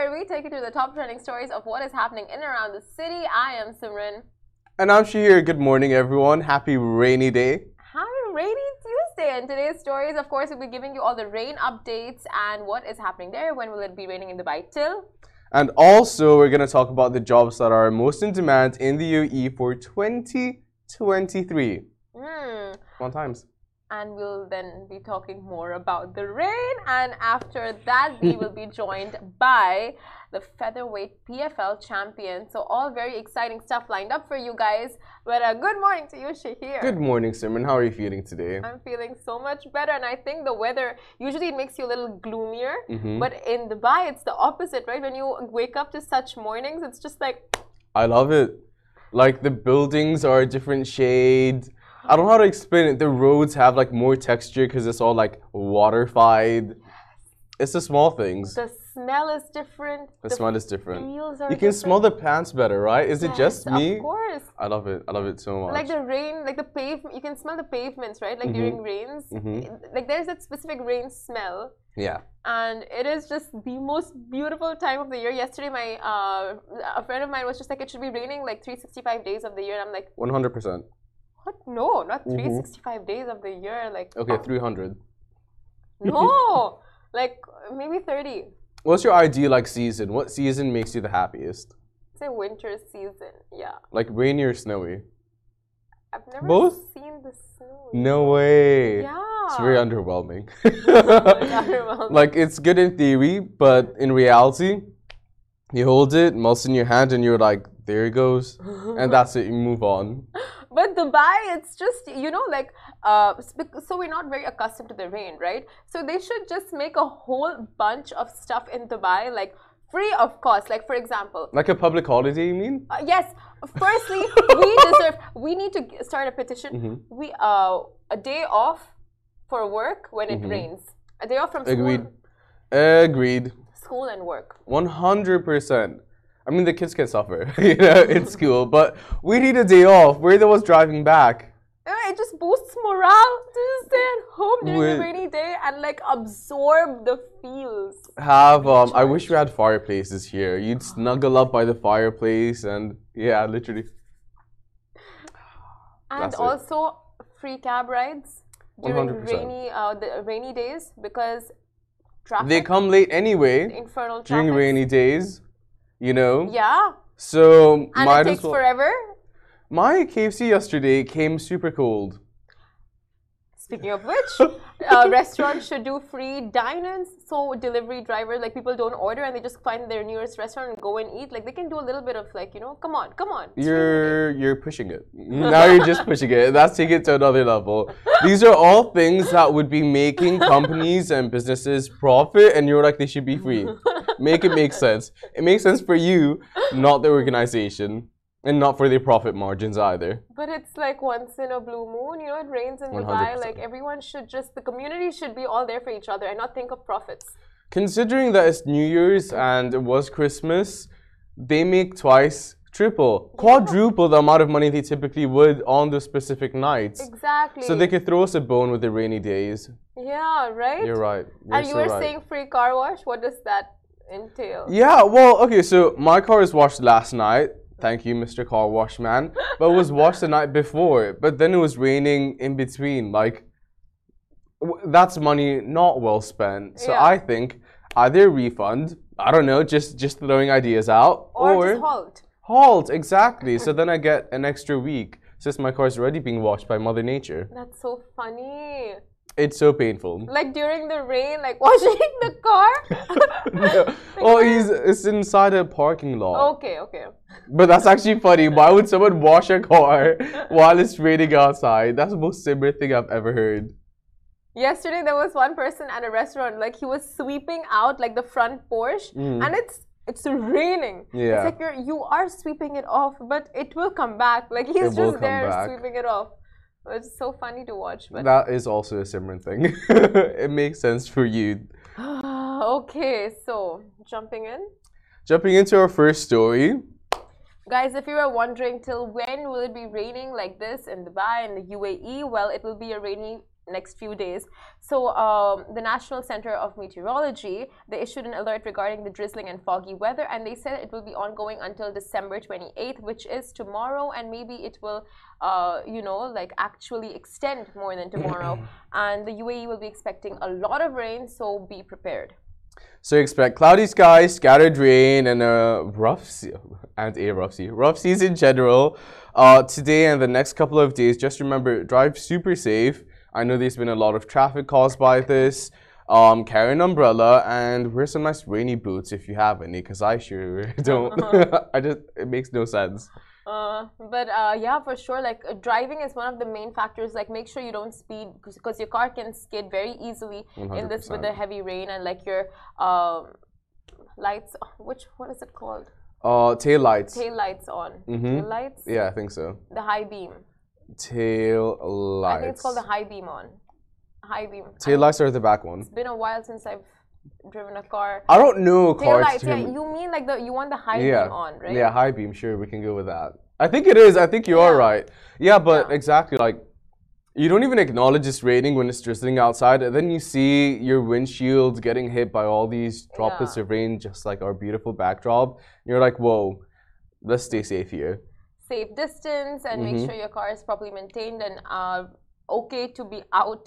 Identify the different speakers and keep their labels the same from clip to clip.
Speaker 1: we take you through the top trending stories of what is happening in and around the city. I am Simran.
Speaker 2: And I'm Shahir. Good morning, everyone. Happy rainy day.
Speaker 1: Happy rainy Tuesday. And today's stories, of course, we'll be giving you all the rain updates and what is happening there. When will it be raining in Dubai till?
Speaker 2: And also, we're going to talk about the jobs that are most in demand in the UAE for 2023.
Speaker 1: Hmm.
Speaker 2: Fun times.
Speaker 1: And we'll then be talking more about the rain. And after that, we will be joined by the featherweight PFL champion. So, all very exciting stuff lined up for you guys. But uh, good morning to you, Shahir.
Speaker 2: Good morning, Simran. How are you feeling today?
Speaker 1: I'm feeling so much better, and I think the weather usually it makes you a little gloomier,
Speaker 2: Mm-hmm.
Speaker 1: but in Dubai it's the opposite, right? When you wake up to such mornings, it's just like
Speaker 2: I love it. Like the buildings are a different shade. I don't know how to explain it. The roads have like more texture because it's all like waterfied. It's the small things.
Speaker 1: the smell is different.
Speaker 2: The smell is different.
Speaker 1: feels are
Speaker 2: You can smell the plants better, right? Is it just
Speaker 1: Yes,
Speaker 2: me?
Speaker 1: Of course,
Speaker 2: I love it. I love it so much.
Speaker 1: like the rain, like the pavement. You can smell the pavements, right? Like during rains,
Speaker 2: Mm-hmm.
Speaker 1: like there's that specific rain smell.
Speaker 2: yeah.
Speaker 1: and it is just the most beautiful time of the year. Yesterday, my uh, a friend of mine was just like, "It should be raining like 365 days of the year," and I'm like,
Speaker 2: 100%.
Speaker 1: "What? No, not 365 days of the year. Like,
Speaker 2: Mm-hmm. Okay, 300.
Speaker 1: no, like maybe 30.
Speaker 2: What's your ideal like season? What season makes you the happiest?
Speaker 1: Say winter season. Yeah,
Speaker 2: Like rainy or snowy?
Speaker 1: I've never
Speaker 2: Both?
Speaker 1: seen the snow.
Speaker 2: No way.
Speaker 1: Yeah,
Speaker 2: It's very underwhelming.
Speaker 1: underwhelming.
Speaker 2: like it's good in theory, but in reality, you hold it, melts in your hand, and you're like, there it goes, and that's it. You move on.
Speaker 1: But Dubai, it's just you know like uh, s- bec- so we're not very accustomed to the rain, right? So they should just make a whole bunch of stuff in Dubai, like free of cost. Like for example,
Speaker 2: Like a public holiday, you mean?
Speaker 1: Uh, yes. Firstly, we deserve. We need to g- start a petition.
Speaker 2: Mm-hmm.
Speaker 1: We uh, a day off for work when it rains. A day off from school,
Speaker 2: Mm-hmm. Agreed. Agreed.
Speaker 1: school and work.
Speaker 2: One hundred percent. I mean, the kids can suffer, you know, in school, but we need a day off. We're the ones driving back.
Speaker 1: Uh, It just boosts morale to just stay at home during a
Speaker 2: Wait.
Speaker 1: rainy day and like absorb the feels.
Speaker 2: Have um, I wish we had fireplaces here. You'd snuggle up by the fireplace, and yeah, literally.
Speaker 1: and
Speaker 2: That's it.
Speaker 1: also free cab rides during
Speaker 2: 100%.
Speaker 1: rainy uh, the rainy days because traffic
Speaker 2: They come late anyway
Speaker 1: infernal traffic
Speaker 2: during rainy days, you know.
Speaker 1: yeah
Speaker 2: So
Speaker 1: and
Speaker 2: might
Speaker 1: it
Speaker 2: as
Speaker 1: takes
Speaker 2: well.
Speaker 1: forever
Speaker 2: My KFC yesterday came super cold.
Speaker 1: speaking of which uh, restaurants should do free dine-ins so delivery drivers like people don't order and they just find their nearest restaurant and go and eat like they can do a little bit of like you know come on come on
Speaker 2: You're you're pushing it. Now you're just pushing it. That's taking it to another level. These are all things that would be making companies and businesses profit, and you're like they should be free. Make it make sense. It makes sense for you, not the organization, and not for their profit margins either.
Speaker 1: But it's like once in a blue moon, you know, it rains in Dubai.
Speaker 2: 100%.
Speaker 1: Like everyone should just, the community should be all there for each other and not think of profits.
Speaker 2: Considering that it's New Year's and it was Christmas, they make twice, triple, quadruple the amount of money they typically would on those specific nights.
Speaker 1: Exactly.
Speaker 2: So they could throw us a bone with the rainy days.
Speaker 1: Yeah, right?
Speaker 2: You're right. You're
Speaker 1: and you
Speaker 2: so
Speaker 1: were
Speaker 2: right.
Speaker 1: saying free car wash. What does that entail?
Speaker 2: Yeah, well, okay, so my car was washed last night. Thank you, Mr. Car Wash Man. But it was washed the night before. But then it was raining in between. Like, w- that's money not well spent. So
Speaker 1: Yeah.
Speaker 2: I think either refund, I don't know, just just throwing ideas out,
Speaker 1: Or, just halt.
Speaker 2: halt, exactly. so then I get an extra week since my car's already being washed by Mother Nature.
Speaker 1: That's so funny.
Speaker 2: It's so painful.
Speaker 1: Like during the rain, like washing the car.
Speaker 2: oh, he's it's inside a parking lot.
Speaker 1: okay, okay.
Speaker 2: But that's actually funny. Why would someone wash a car while it's raining outside? That's the most similar thing I've ever heard.
Speaker 1: Yesterday there was one person at a restaurant, like he was sweeping out like the front porch, and it's it's raining. It's
Speaker 2: Mm. Yeah.
Speaker 1: like you're you are sweeping it off, but it will come back. Like he's
Speaker 2: will
Speaker 1: just
Speaker 2: come
Speaker 1: there
Speaker 2: back.
Speaker 1: sweeping it off. It's so funny to watch. But
Speaker 2: That is also a Simran thing. it makes sense for you.
Speaker 1: okay, so jumping in.
Speaker 2: Jumping into our first story.
Speaker 1: Guys, if you were wondering till when will E, it be raining like this in Dubai and the UAE, well, it will be a rainy next few days. So, um, the National Center of Meteorology they issued an alert regarding the drizzling and foggy weather, and they said it will be ongoing until December 28th, which is tomorrow, and maybe it will, uh, you know, like actually extend more than tomorrow. and the UAE will be expecting a lot of rain, so be prepared.
Speaker 2: So expect cloudy skies, scattered rain, and a rough sea- and a rough sea, rough seas in general. Uh, today and the next couple of days, just remember drive super safe. I know there's been a lot of traffic caused by this. Um, carry an umbrella and wear some nice rainy boots if you have any, because I sure don't. I just it makes no sense.
Speaker 1: Uh, but uh, yeah, for sure. Like uh, driving is one of the main factors. Like make sure you don't speed because your car can skid very easily in this with the
Speaker 2: 100%.
Speaker 1: heavy rain and like your um, lights. Which what is it called?
Speaker 2: Uh, tail lights.
Speaker 1: Tail lights on. Tail lights.
Speaker 2: Mm-hmm. yeah, I think so.
Speaker 1: The high beam.
Speaker 2: Tail lights.
Speaker 1: I think it's called the high beam on. High beam.
Speaker 2: tail lights are the back one.
Speaker 1: It's been a while since I've driven a car.
Speaker 2: I don't know
Speaker 1: Tail
Speaker 2: cars.
Speaker 1: lights.
Speaker 2: to
Speaker 1: Yeah,
Speaker 2: me.
Speaker 1: you mean like the you want the high
Speaker 2: yeah.
Speaker 1: beam on, right?
Speaker 2: Yeah, high beam, sure, we can go with that. I think it is. I think you are right. Yeah, but
Speaker 1: Yeah.
Speaker 2: exactly like you don't even acknowledge it's raining when it's drizzling outside, and then you see your windshield getting hit by all these droplets
Speaker 1: Yeah.
Speaker 2: of rain, just like our beautiful backdrop. You're like, whoa, let's stay safe here.
Speaker 1: safe distance and make
Speaker 2: Mm-hmm.
Speaker 1: sure your car is properly maintained and uh, okay to be out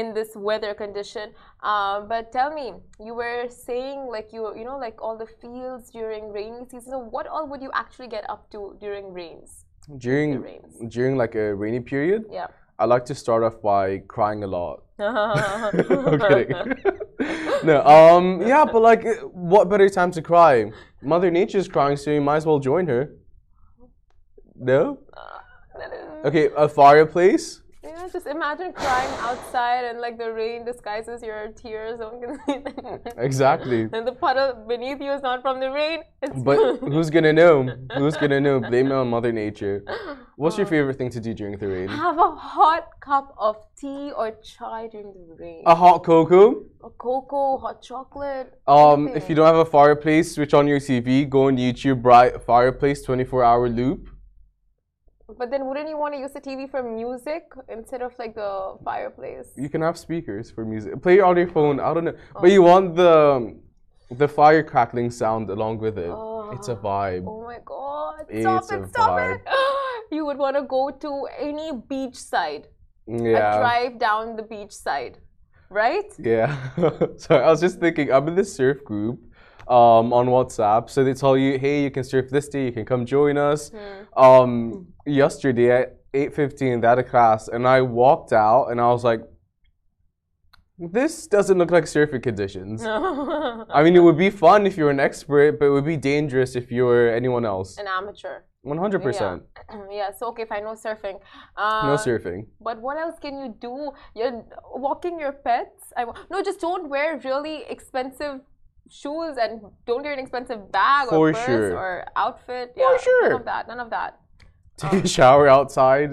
Speaker 1: in this weather condition. Um, but tell me, you were saying like you you know like all the fields during rainy season. So what all would you actually get up to during rains?
Speaker 2: During
Speaker 1: rains.
Speaker 2: during like a rainy period,
Speaker 1: Yeah.
Speaker 2: I like to start off by crying a lot. I'm kidding. no, um, yeah, but like, what better time to cry? Mother Nature's crying, so you might as well join her. No? Okay, a fireplace?
Speaker 1: yeah, just imagine crying outside and like the rain disguises your tears. No one can see them.
Speaker 2: Exactly.
Speaker 1: And the puddle beneath you is not from the rain. It's
Speaker 2: But who's gonna know? Who's gonna know? Blame it on Mother Nature. What's your favorite thing to do during the rain?
Speaker 1: have a hot cup of tea or chai during the rain.
Speaker 2: A hot cocoa?
Speaker 1: or cocoa, hot chocolate.
Speaker 2: Um, if you don't have a fireplace, switch on your TV, go on YouTube, bright fireplace 24 hour loop.
Speaker 1: But then wouldn't you want to use the TV for music instead of like the fireplace?
Speaker 2: You can have speakers for music. Play it on your phone. I don't know, but
Speaker 1: Oh.
Speaker 2: you want the the fire crackling sound along with it. It's a vibe.
Speaker 1: Oh my god. Stop
Speaker 2: It's
Speaker 1: it,
Speaker 2: a
Speaker 1: stop it. You would want to go to any beach side.
Speaker 2: Yeah.
Speaker 1: A drive down the beach side. Right?
Speaker 2: Yeah. Sorry, I was just thinking. I'm in this surf group um, on WhatsApp, so they tell you, hey, you can surf this day. You can come join us.
Speaker 1: Hmm.
Speaker 2: Um, yesterday at 8:15, they had a class, and I walked out, and I was like, this doesn't look like surfing conditions. I mean, it would be fun if you were an expert, but it would be dangerous if you were anyone else.
Speaker 1: An amateur.
Speaker 2: 100%.
Speaker 1: yeah, so okay, fine, no surfing. Uh,
Speaker 2: No surfing.
Speaker 1: But what else can you do? You're walking your pets. I wa- no, just don't wear really expensive shoes and don't wear an expensive bag or
Speaker 2: For
Speaker 1: purse
Speaker 2: sure.
Speaker 1: or outfit.
Speaker 2: For
Speaker 1: Yeah,
Speaker 2: sure.
Speaker 1: None of that. None of that.
Speaker 2: Take a shower outside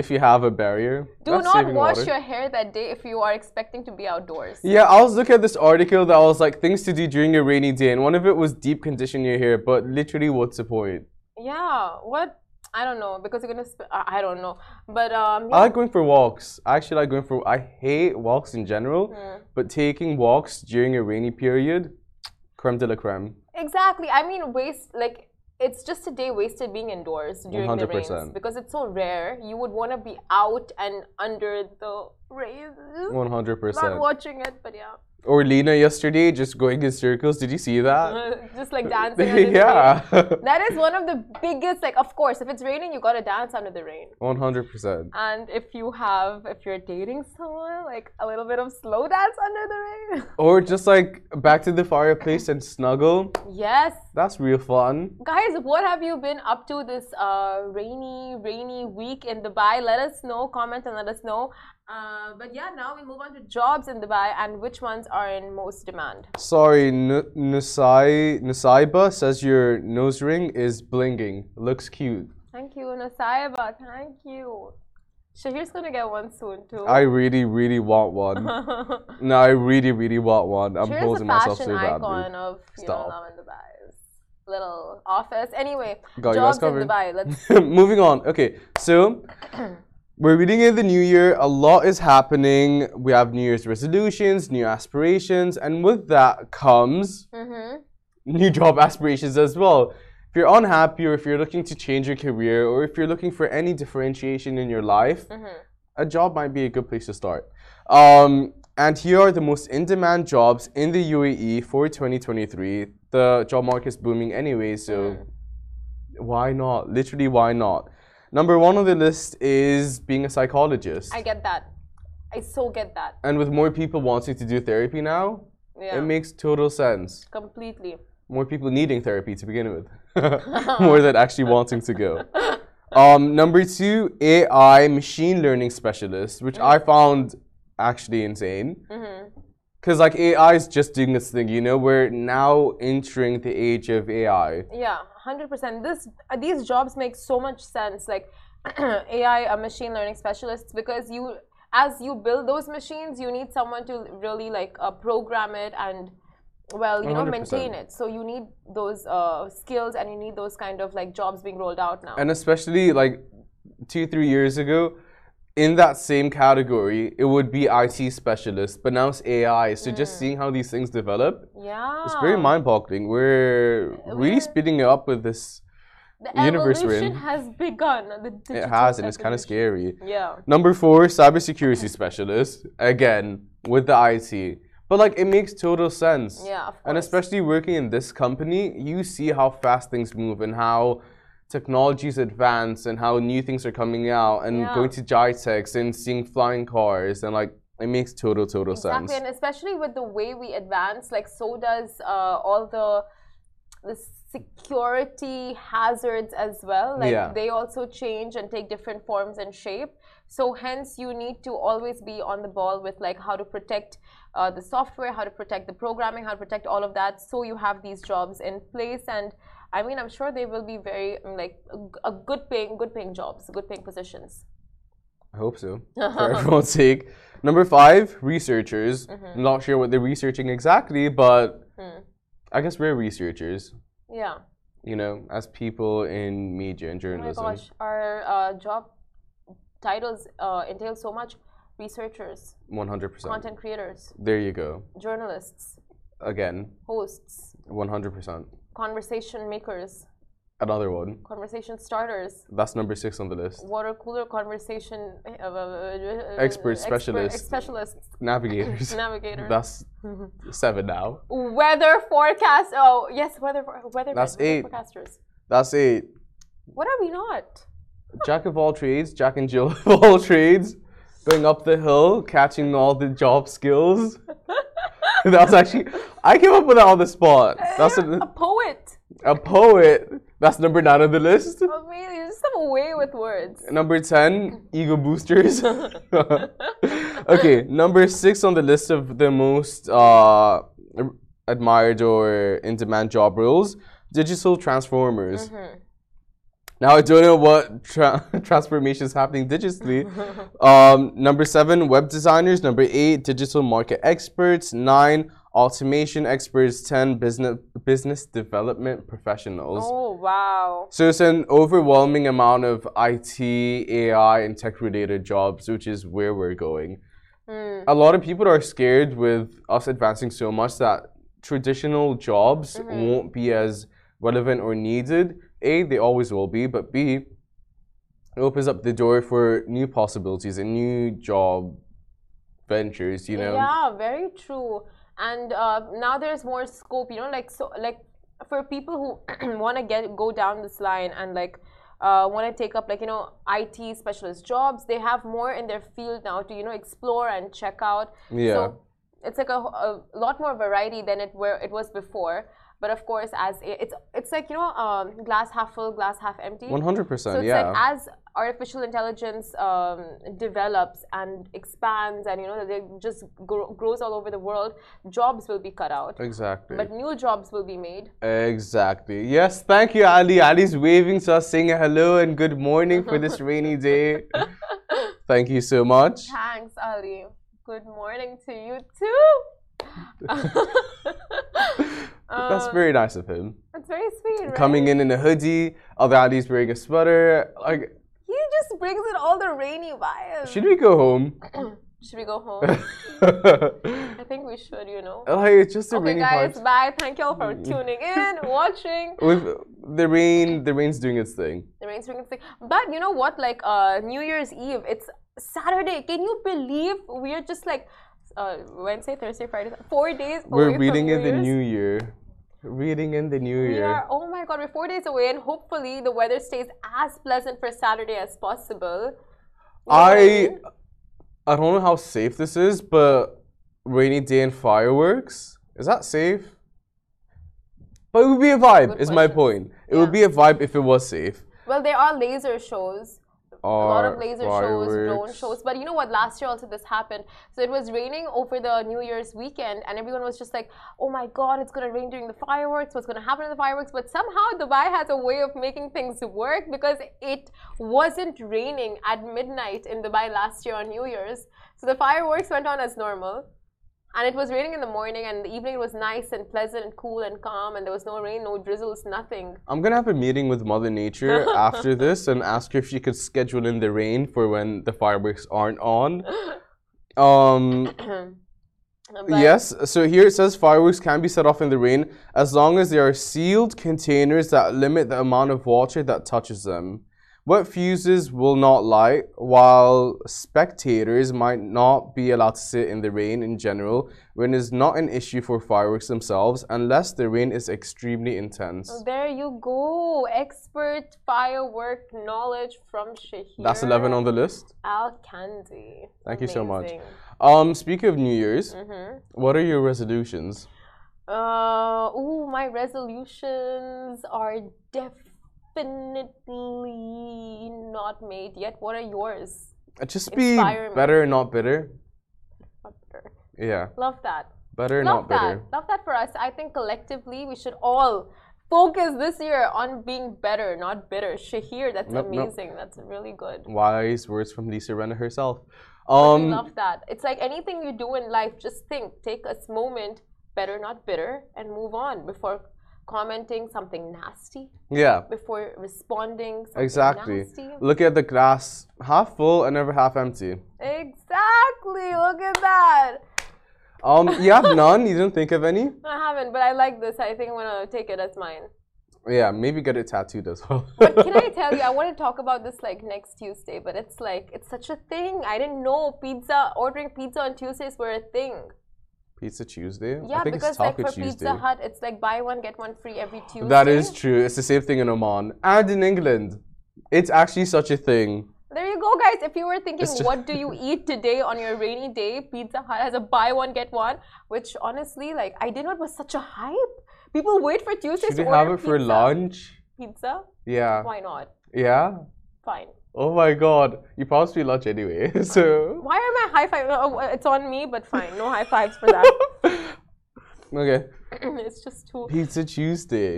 Speaker 2: if you have a barrier.
Speaker 1: Do
Speaker 2: That's
Speaker 1: not
Speaker 2: saving
Speaker 1: wash
Speaker 2: water.
Speaker 1: your hair that day if you are expecting to be outdoors.
Speaker 2: Yeah, I was looking at this article that was like things to do during a rainy day, and one of it was deep condition your hair, but literally, what's the point?
Speaker 1: Yeah. What? I don't know because you're gonna. Sp- I I don't know. But um.
Speaker 2: I like going for walks. I actually like going for. I hate walks in general,
Speaker 1: Hmm.
Speaker 2: but taking walks during a rainy period, creme de la creme.
Speaker 1: Exactly. I mean, waste like it's just a day wasted being indoors during the rains
Speaker 2: 100%.
Speaker 1: because it's so rare. You would want to be out and under the rain.
Speaker 2: One hundred
Speaker 1: Not
Speaker 2: percent.
Speaker 1: watching it, but yeah,
Speaker 2: Or Lena yesterday, just going in circles. Did you see that?
Speaker 1: just like dancing. under the rain.
Speaker 2: Uh, yeah,
Speaker 1: That is one of the biggest. Like, of course, if it's raining, you gotta dance under the rain.
Speaker 2: one hundred percent.
Speaker 1: And if you have, if you're dating someone, like a little bit of slow dance under the rain.
Speaker 2: Or just like back to the fireplace and snuggle.
Speaker 1: yes,
Speaker 2: That's real fun.
Speaker 1: guys what have you been up to this uh, rainy rainy week in dubai let us know comment and let us know uh, but yeah now we move on to jobs in dubai and which ones are in most demand
Speaker 2: Sorry, N- Nusai Nusaiba says your nose ring is blinging. Looks cute.
Speaker 1: thank you nasaiba thank you shahir's gonna get one soon too
Speaker 2: I really, really want one. no, I really, really want one. I'm
Speaker 1: Shahir's a
Speaker 2: holding myself so
Speaker 1: fashion
Speaker 2: badly.
Speaker 1: icon of you know
Speaker 2: Stop.
Speaker 1: love in dubai's little office anyway
Speaker 2: Got you
Speaker 1: jobs
Speaker 2: guys
Speaker 1: in
Speaker 2: covered.
Speaker 1: dubai let's
Speaker 2: Moving on. Okay, so We're reading in the new year. A lot is happening. We have New Year's resolutions, new aspirations, and with that comes
Speaker 1: Mm-hmm.
Speaker 2: new job aspirations as well. If you're unhappy or if you're looking to change your career or if you're looking for any differentiation in your life,
Speaker 1: mm-hmm.
Speaker 2: a job might be a good place to start. Um, and here are the most in demand jobs in the UAE for 2023. The job market is booming anyway, so
Speaker 1: Mm.
Speaker 2: why not? Literally, why not? Number one on the list is being a psychologist.
Speaker 1: I get that. I so get that.
Speaker 2: and with more people wanting to do therapy now,
Speaker 1: Yeah.
Speaker 2: it makes total sense.
Speaker 1: completely.
Speaker 2: more people needing therapy to begin with, more than actually wanting to go. Um, number two, AI machine learning specialist, which I found actually insane. Because, like, AI is just doing this thing, you know, we're now entering the age of AI.
Speaker 1: Yeah, hundred percent. This uh, these jobs make so much sense. Like AI, uh, machine learning specialists, because you as you build those machines, you need someone to really like uh, program it and well, you know,
Speaker 2: 100%.
Speaker 1: maintain it. So you need those uh, skills and you need those kind of like jobs being rolled out now.
Speaker 2: And especially, like, two, three years ago, in that same category, it would be IT specialist, but now it's AI. So, just seeing how these things develop,
Speaker 1: yeah,
Speaker 2: it's very mind-boggling. We're really
Speaker 1: We're-
Speaker 2: speeding it up with this.
Speaker 1: The
Speaker 2: universe we're
Speaker 1: evolution
Speaker 2: in.
Speaker 1: has begun. The
Speaker 2: It
Speaker 1: digital
Speaker 2: has, and it's kind of
Speaker 1: evolution.
Speaker 2: scary.
Speaker 1: Yeah.
Speaker 2: Number four, cybersecurity specialist. Again, with the IT. But like, it makes total sense.
Speaker 1: Yeah, of
Speaker 2: And
Speaker 1: course.
Speaker 2: especially working in this company, you see how fast things move and how technologies advance and how new things are coming out and
Speaker 1: Yeah.
Speaker 2: going to Jitex and seeing flying cars and like, it makes total, total
Speaker 1: Exactly,
Speaker 2: sense.
Speaker 1: and especially with the way we advance, like so does uh, all the the security hazards as well. Like
Speaker 2: Yeah.
Speaker 1: they also change and take different forms and shape. So hence, you need to always be on the ball with like how to protect uh, the software, how to protect the programming, how to protect all of that. So you have these jobs in place and. I mean, I'm sure they will be very mm, like a g- a good paying, good paying jobs, good paying positions.
Speaker 2: I hope so. For everyone's sake. Number five, researchers.
Speaker 1: Mm-hmm.
Speaker 2: I'm not sure what they're researching exactly, but
Speaker 1: Hmm.
Speaker 2: I guess we're researchers,
Speaker 1: Yeah.
Speaker 2: you know, as people in media and
Speaker 1: Oh my
Speaker 2: journalism.
Speaker 1: gosh, our uh, job titles uh, entail so much researchers,
Speaker 2: 100%.
Speaker 1: content creators,
Speaker 2: There you go.
Speaker 1: journalists,
Speaker 2: Again,
Speaker 1: hosts,
Speaker 2: 100%.
Speaker 1: conversation makers,
Speaker 2: Another one.
Speaker 1: conversation starters,
Speaker 2: That's number six on the list.
Speaker 1: water cooler conversation uh, uh,
Speaker 2: Expert
Speaker 1: specialists,
Speaker 2: specialists.
Speaker 1: specialists,
Speaker 2: Navigators.
Speaker 1: navigators,
Speaker 2: That's seven now.
Speaker 1: weather forecast. Oh yes, weather for- weather.
Speaker 2: That's
Speaker 1: weather
Speaker 2: eight.
Speaker 1: Forecasters.
Speaker 2: That's eight.
Speaker 1: What are we not?
Speaker 2: Jack of all trades, Jack and Jill of all trades, going up the hill, catching all the job skills. That's actually, I came up with that on the spot. That's
Speaker 1: A
Speaker 2: a,
Speaker 1: poet.
Speaker 2: a poet. That's number nine on the list.
Speaker 1: I mean, you just have a way with words.
Speaker 2: Number 10, ego boosters. okay, number six on the list of the most uh, admired or in demand job roles digital transformers. Now, I don't know what tra- transformation is happening digitally. um, number seven, web designers. Number eight, digital market experts. Nine, automation experts. Ten, business, business development professionals.
Speaker 1: Oh wow.
Speaker 2: So it's an overwhelming amount of IT, AI, and tech related jobs, which is where we're going.
Speaker 1: Hmm.
Speaker 2: A lot of people are scared with us advancing so much that traditional jobs
Speaker 1: Mm-hmm.
Speaker 2: won't be as relevant or needed. A, they always will be, but B, it opens up the door for new possibilities and new job ventures, you know?
Speaker 1: Yeah, very true. And uh, now there's more scope, you know, like so, like for people who want to get go down this line and like uh, want to take up like you know IT specialist jobs, they have more in their field now to you know explore and check out.
Speaker 2: Yeah.
Speaker 1: So it's like a, a lot more variety than it were it was before. But of course, as a, it's it's like you know um, glass half full, glass half empty.
Speaker 2: 100%,
Speaker 1: So it's
Speaker 2: yeah.
Speaker 1: like as artificial intelligence um, develops and expands, and you know they just grow, grows all over the world, jobs will be cut out,
Speaker 2: exactly.
Speaker 1: but new jobs will be made.
Speaker 2: Exactly. Yes, thank you, Ali. Ali's waving to us, saying hello and good morning for this rainy day. thank you so much.
Speaker 1: Thanks, Ali. Good morning to you too.
Speaker 2: That's very nice of him.
Speaker 1: That's very Um, sweet, right?
Speaker 2: Coming in in a hoodie, other Ali's wearing a sweater. Like,
Speaker 1: he just brings in all the rainy vibes.
Speaker 2: Should we go home?
Speaker 1: Should we go home? I
Speaker 2: like
Speaker 1: think we should, you know.
Speaker 2: it's just a
Speaker 1: Okay,
Speaker 2: rainy Mm-hmm.
Speaker 1: guys,
Speaker 2: part.
Speaker 1: bye. Thank you all for tuning in, watching.
Speaker 2: With the rain, the rain's doing its thing.
Speaker 1: The rain's freaking sick. But you know what? Like uh, New Year's Eve, it's Saturday. Can you believe we're just like uh, Wednesday, Thursday, Friday, four days away
Speaker 2: We're
Speaker 1: from
Speaker 2: reading
Speaker 1: New
Speaker 2: in the
Speaker 1: Year's?
Speaker 2: new year. Reading in the new
Speaker 1: We
Speaker 2: year.
Speaker 1: are, oh my god, we're four days away, and hopefully the weather stays as pleasant for Saturday as possible. You know what
Speaker 2: I
Speaker 1: mean?
Speaker 2: I don't know how safe this is, but rainy day and fireworks is that safe? But it would be a vibe.
Speaker 1: Good
Speaker 2: is my
Speaker 1: question.
Speaker 2: point. It would be a vibe if it was safe.
Speaker 1: well, there are laser shows.
Speaker 2: Or
Speaker 1: a lot of laser shows, drone
Speaker 2: fireworks.
Speaker 1: shows. But you know what? Last year also this happened. So it was raining over the New Year's weekend, and everyone was just like, "Oh my God, it's gonna rain during the fireworks. What's gonna happen in the fireworks?" But somehow Dubai has a way of making things work because it wasn't raining at midnight in Dubai last year on New Year's. So the fireworks went on as normal. And it was raining in the morning, and in the evening it was nice and pleasant and cool and calm, and there was no rain, no drizzles, nothing.
Speaker 2: I'm gonna have a meeting with Mother Nature after this and ask her if she could schedule in the rain for when the fireworks aren't on. Um,
Speaker 1: But-
Speaker 2: yes, so here it says fireworks can be set off in the rain as long as there are sealed containers that limit the amount of water that touches them. Wet fuses will not light, while spectators might not be allowed to sit in the rain in general, when it is not an issue for fireworks themselves unless the rain is extremely intense.
Speaker 1: There you go. Expert firework knowledge from Shahir.
Speaker 2: That's 11 on the list.
Speaker 1: Al Candy.
Speaker 2: Thank you so much.
Speaker 1: Amazing. Mm-hmm.
Speaker 2: Um, speaking of New Year's, what are your resolutions?
Speaker 1: Uh, ooh, my resolutions are definitely not made yet. What are yours?
Speaker 2: Uh, Just be
Speaker 1: Inspire me.
Speaker 2: better, not bitter.
Speaker 1: Butter.
Speaker 2: Yeah,
Speaker 1: Love that.
Speaker 2: better,
Speaker 1: Love
Speaker 2: not bitter.
Speaker 1: that. Love that for us. I think collectively we should all focus this year on being better, not bitter. Shahir, that's
Speaker 2: Nope, nope.
Speaker 1: amazing. That's really good.
Speaker 2: Wise words from Lisa Renna herself.
Speaker 1: I
Speaker 2: Um,
Speaker 1: love that. It's like anything you do in life, just think, take a moment, better not bitter, and move on before commenting something nasty,
Speaker 2: yeah,
Speaker 1: before responding something
Speaker 2: exactly.
Speaker 1: nasty.
Speaker 2: Look at the glass half full and never half empty.
Speaker 1: Exactly. Look at that.
Speaker 2: Um, you have none. You didn't think of any.
Speaker 1: I haven't, but I like this. I think I'm gonna take it as mine.
Speaker 2: Yeah, maybe get it tattooed as well.
Speaker 1: But can I tell you, I want to talk about this like next Tuesday, but it's like it's such a thing. I didn't know pizza ordering pizza on Tuesdays were a thing.
Speaker 2: Pizza Tuesday.
Speaker 1: Yeah,
Speaker 2: I think
Speaker 1: because
Speaker 2: it's
Speaker 1: like
Speaker 2: Taco
Speaker 1: for
Speaker 2: Tuesday.
Speaker 1: Pizza Hut, it's like buy one get one free every Tuesday.
Speaker 2: that is true. It's the same thing in Oman and in England. It's actually such a thing.
Speaker 1: There you go, guys. If you were thinking,
Speaker 2: It's just-
Speaker 1: what do you eat today on your rainy day? Pizza Hut has a buy one get one, which honestly, like, I didn't know it was such a hype. People wait for Tuesdays
Speaker 2: Should
Speaker 1: to
Speaker 2: we
Speaker 1: order
Speaker 2: have it for
Speaker 1: pizza.
Speaker 2: lunch?
Speaker 1: Pizza?
Speaker 2: Yeah.
Speaker 1: Why not?
Speaker 2: Yeah.
Speaker 1: Fine.
Speaker 2: Oh my god. You passed me lunch anyway. So
Speaker 1: Why am I high five? Oh, it's on me, but fine. No high fives for that.
Speaker 2: Okay.
Speaker 1: it's just too.
Speaker 2: Pizza Tuesday.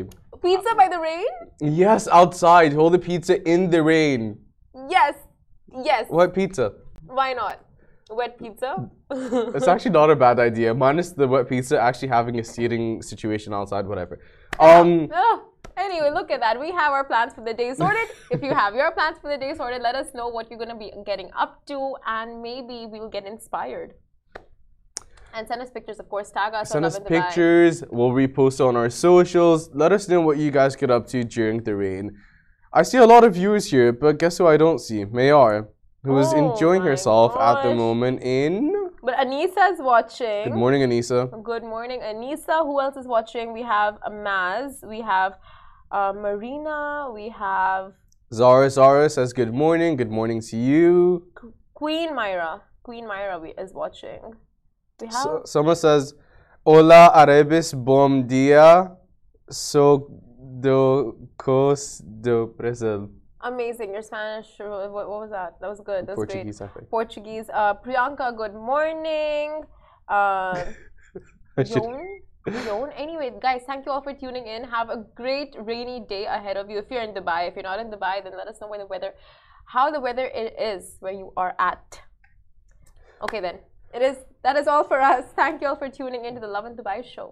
Speaker 1: Pizza by the rain?
Speaker 2: Yes, outside. Hold the pizza in the rain.
Speaker 1: Yes. Yes.
Speaker 2: What pizza?
Speaker 1: Why not? Wet pizza?
Speaker 2: It's actually not a bad idea. Minus the wet pizza actually having a seating situation outside, whatever. Um
Speaker 1: Oh, anyway, look at that. We have our plans for the day sorted. if you have your plans for the day sorted, let us know what you're going to be getting up to, and maybe we'll get inspired. And send us pictures, of course. Tag us.
Speaker 2: send
Speaker 1: on
Speaker 2: us
Speaker 1: Love in Dubai.
Speaker 2: pictures. We'll repost on our socials. Let us know what you guys get up to during the rain. I see a lot of viewers here, but guess who I don't see? Mayar, who is
Speaker 1: Oh
Speaker 2: enjoying
Speaker 1: my
Speaker 2: herself at the
Speaker 1: gosh.
Speaker 2: moment in
Speaker 1: But Anisa's watching.
Speaker 2: Good morning, Anissa.
Speaker 1: Good morning, Anisa. Who else is watching? We have Maz. We have uh, Marina. We have
Speaker 2: Zara Zara says good morning. Good morning to you.
Speaker 1: Queen Myra. Queen Myra we- is watching. We have.
Speaker 2: So, someone says, "Hola, Arabes, bom dia. So do cos do Brazil."
Speaker 1: Amazing. Your Spanish. What, what was that? That was good. That was
Speaker 2: Portuguese,
Speaker 1: great.
Speaker 2: I think.
Speaker 1: Portuguese. Uh, Priyanka, good morning. Uh,
Speaker 2: I should-
Speaker 1: Joan. Joan. Anyway, guys, thank you all for tuning in. Have a great rainy day ahead of you. If you're in Dubai, if you're not in Dubai, then let us know where the weather, how the weather it is where you are at. Okay, then it is. That is all for us. Thank you all for tuning in to the Love and Dubai show.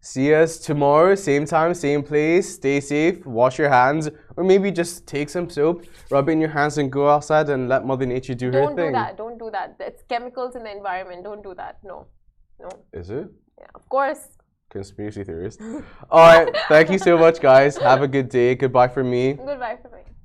Speaker 2: See us tomorrow, same time, same place. Stay safe, wash your hands, or maybe just take some soap, rub it in your hands, and go outside and let Mother Nature do her
Speaker 1: Don't do
Speaker 2: thing.
Speaker 1: that. Don't do that. It's chemicals in the environment. Don't do that. No. No.
Speaker 2: Is it?
Speaker 1: Yeah, of course.
Speaker 2: Conspiracy theorist. All right. Thank you so much, guys. Have a good day. Goodbye from me.
Speaker 1: Goodbye for me.